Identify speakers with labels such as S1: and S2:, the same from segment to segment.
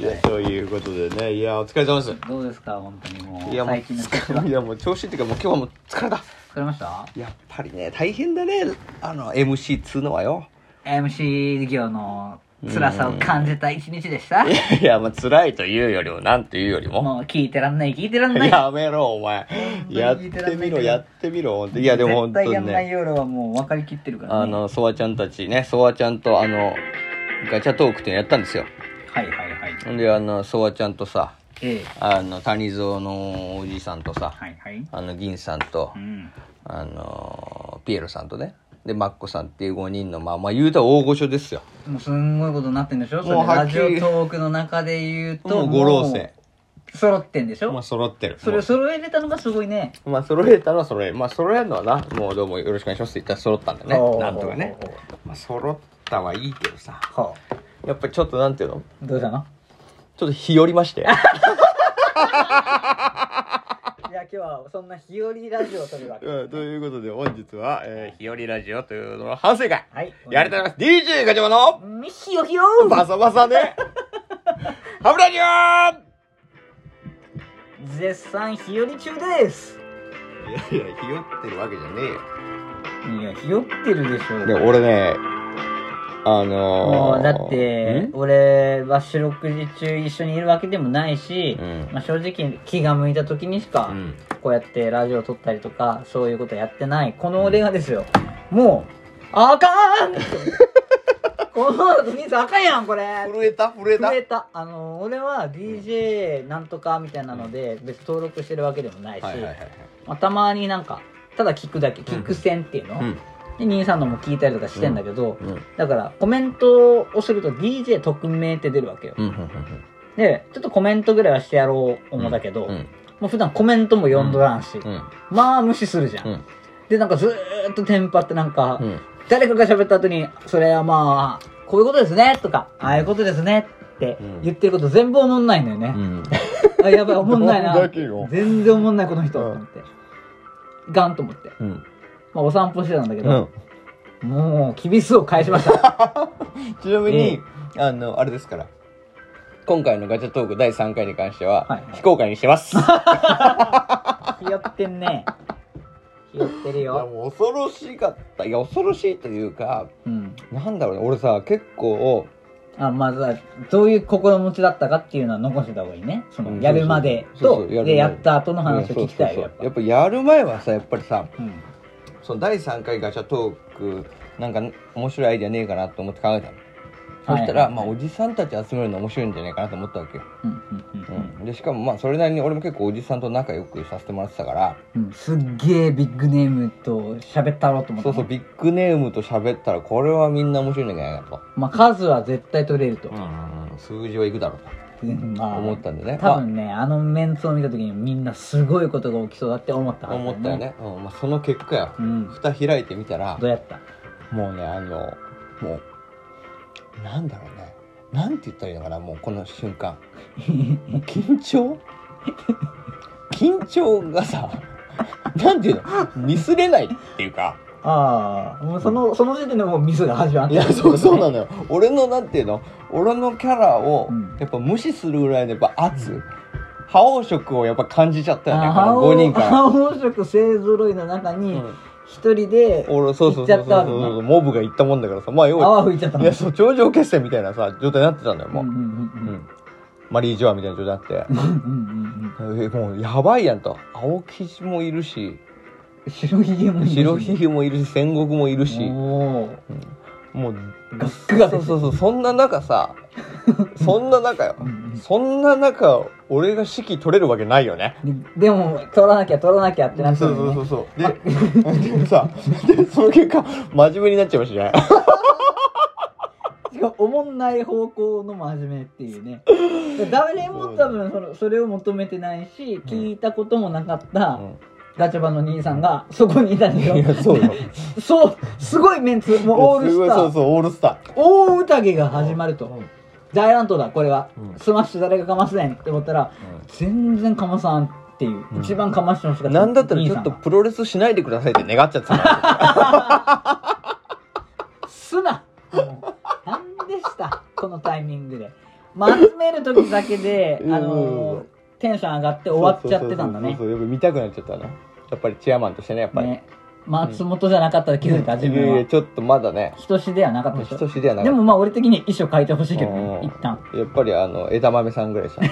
S1: やということでねいやお疲れ様です
S2: どうですか本当にもう
S1: いやもう
S2: 最近の調子は
S1: 疲れいやもう調子っていうかもう今日はもう疲れた
S2: 疲れました
S1: やっぱりね大変だねあの MC っつうのはよ
S2: MC 業の辛さを感じた一日でした
S1: いやいやまあ辛いというよりもなんていうよりも
S2: もう聞いてらんない聞いてらんない
S1: やめろお前
S2: 当に
S1: やっ
S2: 聞いてら
S1: て
S2: んな
S1: み
S2: い
S1: ろやってみろ本当にいやでも本当
S2: 絶対や
S1: に
S2: んな
S1: ね
S2: い夜はもう分かりきってるから
S1: あ
S2: ね
S1: のソワちゃんたちねソワちゃんとあのガチャトークっていうのやったんですよ
S2: はいはいはい
S1: ほんであのソワちゃんとさ
S2: ええ
S1: あの谷蔵のおじさんとさ
S2: はいはい
S1: あの銀さんと
S2: うん
S1: あのピエロさんとねでマッコさんっていう5人のまあまあ言うたら大御所ですよ
S2: もうすんごいことになってんでしょそれ
S1: もうは
S2: ラ
S1: っき
S2: ジ
S1: り
S2: オトークの中で言う
S1: も
S2: と
S1: う五老星
S2: もう揃ってんでし
S1: まあ
S2: ょ
S1: 揃ってる
S2: それを揃えれたのがすごいね
S1: もうまあ揃えたのは揃えまあ揃えるのはなもうどうもよろしくお願いしますって言ったら揃ったんだよねなんとかね
S2: おー
S1: まあ揃ったはいいけどさ
S2: はあ
S1: やっぱりちょっとなんていうの
S2: どうしたの
S1: ちょっと日和ま して
S2: いや今日はそんな日和ラジオを撮るわけ
S1: うんということで本日は、えー、日和ラジオというのの反省会
S2: はい
S1: やりたいます DJ ガチャマの
S2: みひよひよ
S1: バサバサ でハブラジオ
S2: 絶賛日和中です
S1: いやいや、ひよってるわけじゃねえよ。
S2: いや日和ってるでしょ
S1: で、俺ね、あの
S2: も
S1: ー、
S2: うだって
S1: ん
S2: 俺は四六時中一緒にいるわけでもないし、
S1: うん
S2: まあ、正直気が向いた時にし
S1: う
S2: か
S1: ん。
S2: こうやってラジオ撮ったりとかそういうことやってないこの俺がですよ、もうあか んってこの人数あかんやんこれ
S1: 震えた震えた
S2: 増えたあの俺は DJ なんとかみたいなので、別に登録してるわけでもないし、
S1: はいはいはいはい。
S2: まあ、たまになんかただ聞くだけ聞く線っていうの、
S1: うん。
S2: で兄さんのも聞いたりとかしてんだけど、
S1: うん。
S2: だからコメントをすると DJ 匿名って出るわけよ、
S1: うん。
S2: でちょっとコメントぐらいはしてやろう思うんだけど、
S1: うん。
S2: もう普段コメントも読んどらんし、
S1: うん。
S2: まあ無視するじゃん、
S1: うん
S2: でなんかずーっとテンパってなんか、
S1: うん。
S2: 誰かが喋った後にそれはまあこういうことですねとかああいうことですねって言ってること全部おもんないのよね、
S1: うん。
S2: あやばいおもんない
S1: どん
S2: な
S1: だけよ
S2: 全然おもんないこの人と
S1: うん
S2: 思ってガンと思って、
S1: うん。
S2: まあ、お散歩してたんだけ
S1: う
S2: ど、
S1: ん。
S2: もう厳しそう返しました
S1: ちなみに
S2: う、
S1: あの、あれですから。今回のガチャトーク第3回に関して
S2: はい
S1: は
S2: はい、
S1: 非公開にしてます。いや、
S2: ひよってんねひよってるよ、
S1: もう恐ろしかった。いや、恐ろしいというか、
S2: うん、
S1: なんだろうね。俺さ、結構、
S2: あまずはどういう心持ちだったかっていうのは残してた方がいいねそ
S1: うん
S2: のやるまで
S1: そう
S2: と
S1: そうそうそうやるまで
S2: でやった後の話を
S1: うん
S2: 聞きたい
S1: そう
S2: よやっ
S1: そうそう
S2: ぱ
S1: やっぱやる前はさやっぱりさ
S2: うん
S1: その第3回ガチャトークなんか面白いアイディアねえかなと思って考えたの、そしたら、
S2: はい
S1: まあ、おじさんたち集めるの面白いんじゃないかなと思ったわけよ、
S2: うんうんう
S1: うん
S2: うん
S1: んでしかもまあそれなりに俺も結構おじさんと仲良くさせてもらってたから、
S2: うんすっげえビッグネームと喋ったろうと思って
S1: そうそうビッグネームと喋ったらこれはみんな面白いんじゃないかな
S2: まあ数は絶対取れると
S1: と、、うん数字はいくだろう
S2: うん
S1: と
S2: まあ
S1: 思ったんでね
S2: 多分ね、あ、のメンツを見た時にみんなすごいことが起きそうだって思った
S1: まあ
S2: はず
S1: 思ったよね、うんまあ、その結果や
S2: うん
S1: 蓋開いてみたら
S2: どうやった
S1: もうねあのもうなんだろうねなんて言ったらいいのかなもうこの瞬間もう緊張緊張がさなんていうのミスれないっていうか
S2: ああもうそのその時点でもうミスが始まっ
S1: い
S2: て
S1: やそうそうな
S2: の
S1: のよ俺のなんていうの俺のキャラを
S2: うん
S1: やっぱ無視するぐらいのやっぱ圧覇王色をやっぱ感じちゃったよねこ
S2: 青
S1: の5人から。
S2: 青色勢ぞろいの中
S1: う
S2: に
S1: ん
S2: 一人で
S1: 俺そうそうそうそうそうそうモブが言ったもんだからさまあ要は
S2: 泡吹いちゃった
S1: い
S2: の
S1: やそう頂上決戦みたいなさ状態になってたんだよもう、
S2: うんうんうん
S1: うん、マリー・ジョアみたいな状態になって
S2: うんうん
S1: えもうやばいやんと青生地もいるし
S2: うん白ひげもいるし
S1: 白ひげもいるし戦国もいるし
S2: おお
S1: もう
S2: ガックガ
S1: そ
S2: ク
S1: うそうそうそんな中さそんな中よ
S2: うんうん
S1: そんな中俺が指揮取れるわけないよね
S2: ででも取らなきゃ取らなきゃってなって
S1: そう
S2: る
S1: そう
S2: よ
S1: そ
S2: ね
S1: うそうででさでその結果真面目になっちゃいましたね
S2: しかもおもんない方向の真面目っていうね誰も多分そのそれを求めてないし聞いたこともなかったガチャバの兄さんがそこにいたんでし
S1: いや
S2: ょ
S1: そうよ
S2: そうすごいメンツもうオール
S1: すご
S2: ス
S1: い
S2: タ
S1: そう
S2: ー
S1: そうオールスター
S2: 大宴が始まると
S1: うん
S2: 大乱闘だこれは、
S1: うん
S2: スマッシュ誰がかますねんって思ったら全然かまさんっていう、
S1: うん
S2: 一番かましてほしかった
S1: なんだったらちょ
S2: 兄
S1: っ
S2: さ
S1: と
S2: んが
S1: プロレスしないでくださいって願っちゃってたから
S2: すなもう何でしたこのタイミングでまあ、集める時だけで、
S1: うん
S2: あのーテンション上がって終わっちゃってたんだね
S1: そうそうそうそうよく見たくなっちゃったなやっぱりチェアマンとしてねやっぱり、
S2: ね松本じゃなかったら気づいた自
S1: いや
S2: 分
S1: い
S2: は
S1: やちょっとまだね
S2: 人志ではなかったでしょ
S1: 人知りはなか
S2: で
S1: った
S2: もまあ俺的に衣装変えてほしいけど
S1: うん
S2: ね一旦
S1: やっぱりあの枝豆さんぐらいさ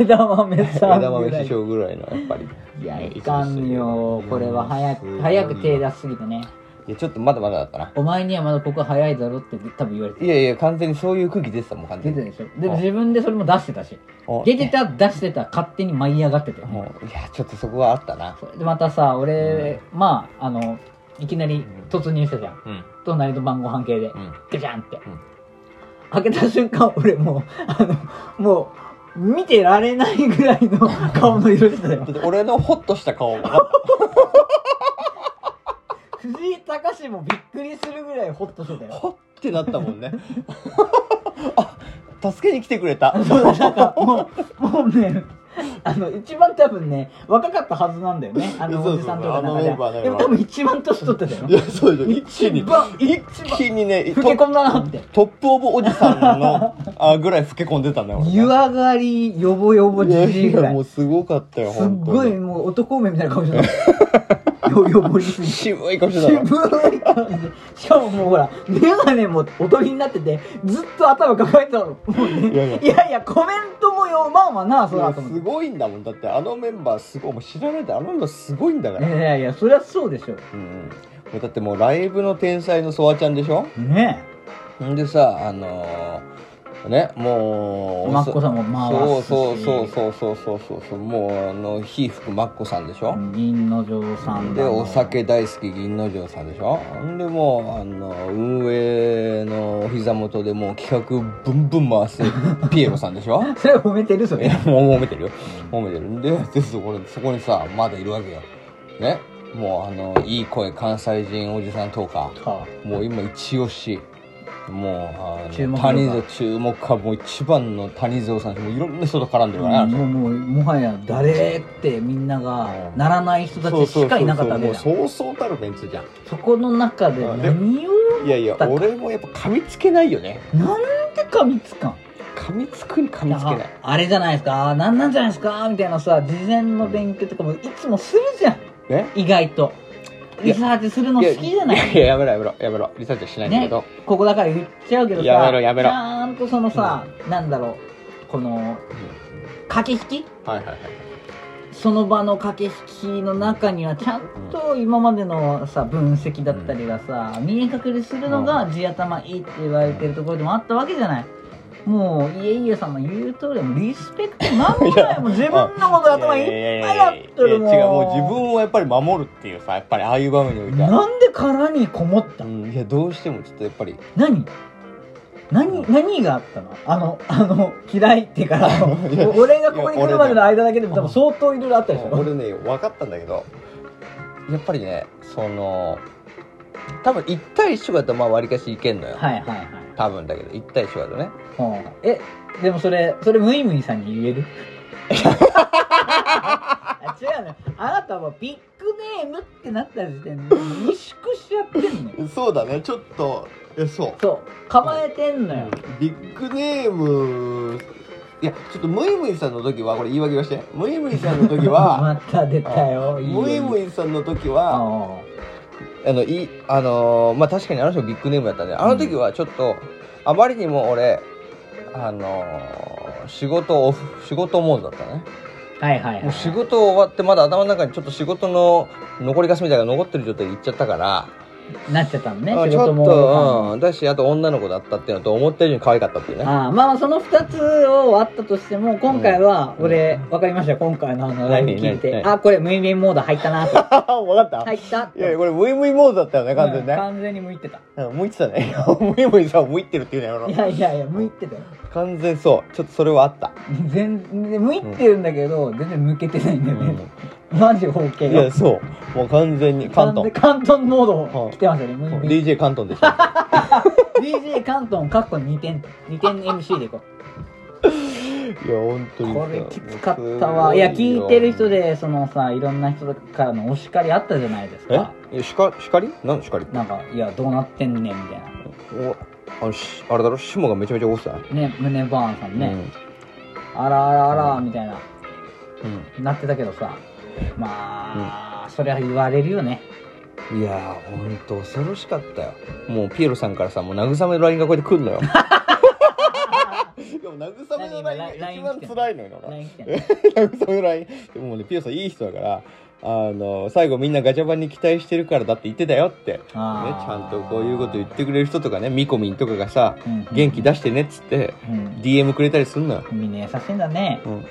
S2: 枝豆さん
S1: 枝豆
S2: ぐら
S1: 師
S2: い
S1: 匠ぐらいのやっぱり
S2: いやいかんよこれは早
S1: い
S2: く
S1: や
S2: 早く手出しすぎてね
S1: いやちょっとまだまだだったな
S2: お前にはまだここ早いだろって多分言われて
S1: いやいや完全にそういう空気出てたもん完
S2: 出てた
S1: 全に
S2: でしょでも自分でそれも出してたし
S1: お
S2: 出てた出してた勝手に舞い上がってたよね
S1: もういやちょっとそこがあったな
S2: それでまたさ俺、まああのいきなり突入したじゃん
S1: うん
S2: 隣の晩ご飯系で
S1: うん
S2: ガチャンって、
S1: ん
S2: 開けた瞬間俺もう あのもう見てられないぐらいの顔の色してた
S1: だ っ
S2: よ
S1: て俺のホッとした顔が
S2: 藤井隆もびっくりするぐらいホッとしてたよ
S1: ホッてなったもんね あ助けに来てくれた
S2: そうだなんかもうもうねあの一番多分ね若かったはずなんだよねあの
S1: そうそう
S2: おじさんとかの中で
S1: あのメンバーだよ
S2: でも多分一番年取ってたよ
S1: いやそうでしょ一気に
S2: 一番
S1: 一気にね
S2: 老け込んだなって
S1: トップオブおじさ んのあぐらい老け込んでたね俺ね
S2: 湯上がりよぼよぼじじいぐ
S1: い
S2: ら
S1: やも
S2: いう
S1: すごかったよ
S2: すっ
S1: 本当
S2: ごい
S1: に
S2: もう男梅みたいな顔してたよよぼりすぎて
S1: 渋い顔してた
S2: 渋
S1: ない
S2: 感じでしかももうほら眼鏡もおとりになっててずっと頭抱えてたのもうね
S1: いやいや
S2: いやいやコメントも読まんわなそら
S1: や
S2: と
S1: す
S2: 思って
S1: ごいんだもんだってあのメンバーすごいもう知らないであのメンバーすごいんだか
S2: い
S1: ら、
S2: やいやいやそりゃそうでしょ
S1: うんうん、もうだってもうライブの天才のソワちゃんでしょ
S2: ね
S1: んでさあのー、ねも
S2: え
S1: う
S2: マッコさんも回すし
S1: そうそうそうそうそうそうそうもうあの火吹くマッコさんでしょ、
S2: 銀の城さんだ
S1: で
S2: の
S1: お酒大好き銀の城さんでしょほんでもうあの運営のお膝元でもう企画ブンブン回すピエロさんでしょ
S2: それ褒めてるそ
S1: い
S2: れ
S1: やもう揉めてるよ揉めてるんででそこにそこにさまだいるわけよねもうあのいい声関西人おじさんとか
S2: は
S1: もう今一押しもうあ
S2: 注目度が
S1: の谷蔵注目株もう一番の谷蔵さんもういろんな人と絡んでるからねあ
S2: あ
S1: の人
S2: もうもうもはや誰ってみんながならない人たちしかいなかったわけじゃん
S1: そうそうそうそうもうそうそうたるメンツじゃん
S2: そこの中で
S1: あで
S2: 何を
S1: いやいや
S2: だから
S1: 俺もやっぱ噛みつけないよね
S2: なんでかみつかん
S1: 噛みつくに噛みつけない
S2: ああれじゃないですかなんなんじゃないですかみたいなさ事前の勉強とかもいつもするじゃん
S1: ね
S2: 意外と
S1: い
S2: リ
S1: や
S2: サーチするの好きじゃない
S1: やややめろやめろやめろリサーチはしないんだけ
S2: ね
S1: ど、
S2: ここだから言っちゃうけどさ
S1: やめろやめろ
S2: ちゃんとそのさ、なんだろうこの駆け引き
S1: はいはいはい
S2: その場の駆け引きの中にはちゃんと今までのさ分析だったりがさ見え隠れするのが地頭いいって言われてるところでもあったわけじゃないもういえいえさんの言う通りもリスペクト何回もう自分のこと頭いっぱいやってるもん
S1: いやいやいやいや違うもう自分をやっぱり守るっていうさやっぱりああいう場面においては
S2: なんで殻にこもった
S1: うん、いやどうしてもちょっとやっぱり
S2: 何何何があったのあのあの嫌 いってから
S1: いや
S2: 俺がここに来るまでの間だけでも多分相当いろいろあったでしょ
S1: 俺ね分かったんだけどやっぱりねその多分1対1とかだとまあわりかしいけんのよ、
S2: はいはいはい
S1: 多分だけど1対1とかだとね
S2: ほうえでもそれそれムイムイさんに言え るあ違うねあなたもビッグネームってなった時点で萎縮しちゃってんのよ
S1: そうだねちょっとえそう
S2: そう構えてんのよ
S1: ビッグネームいやちょっとムイムイさんの時はこれ言い訳をしてムイムイさんの時は
S2: また出たよいいよ
S1: ムイムイさんの時
S2: あ
S1: は
S2: あ
S1: あのいあのーまあ確かにあの人ビッグネームだったねあの時はちょっと、あまりにも俺あのー仕事オフ仕事モードだったね
S2: はいはいはい
S1: もう仕事終わってまだ頭の中にちょっと仕事の残りかすみたいなのが残ってる状態で行っちゃったから
S2: なっちゃったのね
S1: うん
S2: 仕
S1: ちょ
S2: 事
S1: っ
S2: も
S1: と、うん、だしあと女の子だったっていうのと思った以上に可愛かったっていうね
S2: ああまあまあその2つをあったとしても今回は俺分かりましたよ今回のあのライブ聞い
S1: 何
S2: て
S1: 何
S2: あこれムイムイモード入った なと
S1: 分かった、
S2: 入った
S1: いやいやこれムイムイモードだったよね完全に
S2: うん
S1: ね、
S2: 完全に向いてた
S1: うん、向いてたねムイムイさん向いてるっていうねやろ
S2: いやいやいや向いてたよ
S1: 完全そうちょっとそれはあった、
S2: 全然向いてるんだけど全然向けてないんだよねマジ方形
S1: いや
S2: が
S1: そうもう完全に関東
S2: 関東モード来てますよねムイムイ
S1: DJ 関東で しょ
S2: DJ 関東かっこ2点2点 MC でいこう
S1: いや本当に
S2: これきつかったわいや聞いてる人でそのさいろんな人からのお叱りあったじゃないです
S1: え
S2: か
S1: いやしかしかりなんしかり
S2: なんかいやどうなってんねんみたいな
S1: おあのしあれだろ霜がめちゃめちゃ多さ
S2: ね胸バーンさんね、あらあらあらみたいな
S1: うん、
S2: なってたけどさまあ、それは言われるよ ね
S1: うん、いやーほんと恐ろしかったよもうピエロさんからさもう慰めの LINE がこうやって来ん のよでも慰めの LINE が一番辛いの よな
S2: LINE 来てんの
S1: 慰めの LINE でもねピエロさんいい人だからあの最後みんなガチャバンに期待してるからだって言ってたよってね、ちゃんとこういうこと言ってくれる人とかねみこみんとかがさ
S2: うん
S1: 元気出してねっつって
S2: うん
S1: DM くれたりすんのよ、
S2: みんな優しいんだね
S1: うんうん、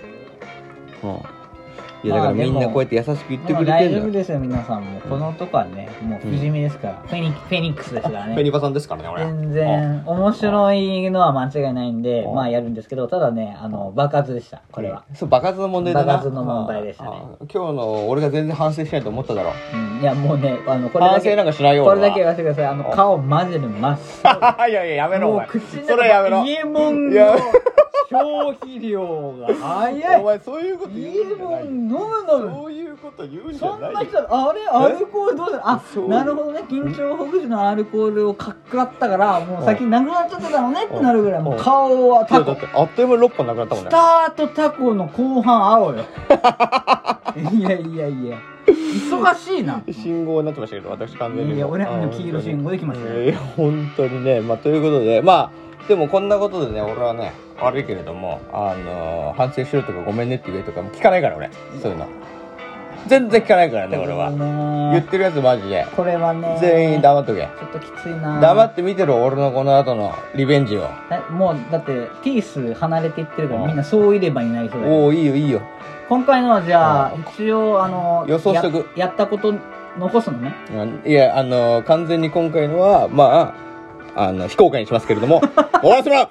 S1: いやだ
S2: ま
S1: か
S2: あ
S1: らみん
S2: で
S1: な
S2: も
S1: こうやって優しく言って
S2: も
S1: く
S2: う
S1: れて
S2: 大
S1: ん
S2: 丈夫
S1: のよ
S2: ですよ皆さんもこの男はねもう不死身ですから、フェニフェニックスですから
S1: フェ
S2: ね
S1: ニバさんですからね俺
S2: 全然面白いのは間違いないんで
S1: うん
S2: まあやるんですけどただねあの爆発でしたこれは、
S1: うんそう爆発の問題だな
S2: 爆発の問題でしたね
S1: ああ今日の俺が全然反省しないと思っただろ
S2: うん、いやもうねあのこれだ
S1: 反
S2: け
S1: 省なんかしないよ
S2: これ
S1: 俺は
S2: だけ言わせてくださいあの
S1: うん
S2: 顔マジで真っ
S1: いやいややめ
S2: 白
S1: ろお
S2: もう
S1: 前
S2: 口の
S1: それやめろ
S2: 伊右衛門
S1: いや
S2: の消費量が早
S1: お
S2: い
S1: 前そういうこと
S2: 伊
S1: 言
S2: 右衛
S1: う
S2: 門飲む
S1: んじゃない
S2: 飲む
S1: そういうこと言うんじ
S2: そ
S1: ゃ
S2: ん
S1: ない
S2: な人あれアルコールどうするあ
S1: そう
S2: なるほどね緊張ほぐしのアルコールをかっくらったからもう先なくなっちゃってたのねってなるぐらいもう顔はタ
S1: 今日だ
S2: コ
S1: ってあっという間に6本なくなったもん
S2: ス
S1: ね
S2: タートタコの後半青 よいやいやいや忙しいな
S1: 信号になってましたけど私完全に
S2: いや俺
S1: あ
S2: の黄色信号できました
S1: い
S2: ね
S1: や本当にねまあということでまあでもこんなことでね俺はね悪いけれどもあの反省しろとかごめんねって言えとかも聞かないから俺そういうの全然聞かないからね俺は言ってるやつマジで
S2: これはね
S1: 全員
S2: ち
S1: 黙っとけ
S2: ょっときついな
S1: 黙って見てろ俺のこの後のリベンジを
S2: えもうだってティース離れていってるか
S1: う
S2: ら
S1: ん
S2: みんなそういればいない人だよ
S1: おおいいよいいよ
S2: 今回のはじゃあ
S1: うん
S2: 一応あの
S1: 予想しとく
S2: ややったこと残すのね
S1: うんいやあの完全に今回のはまああの非公開にしますけれども終わらせろ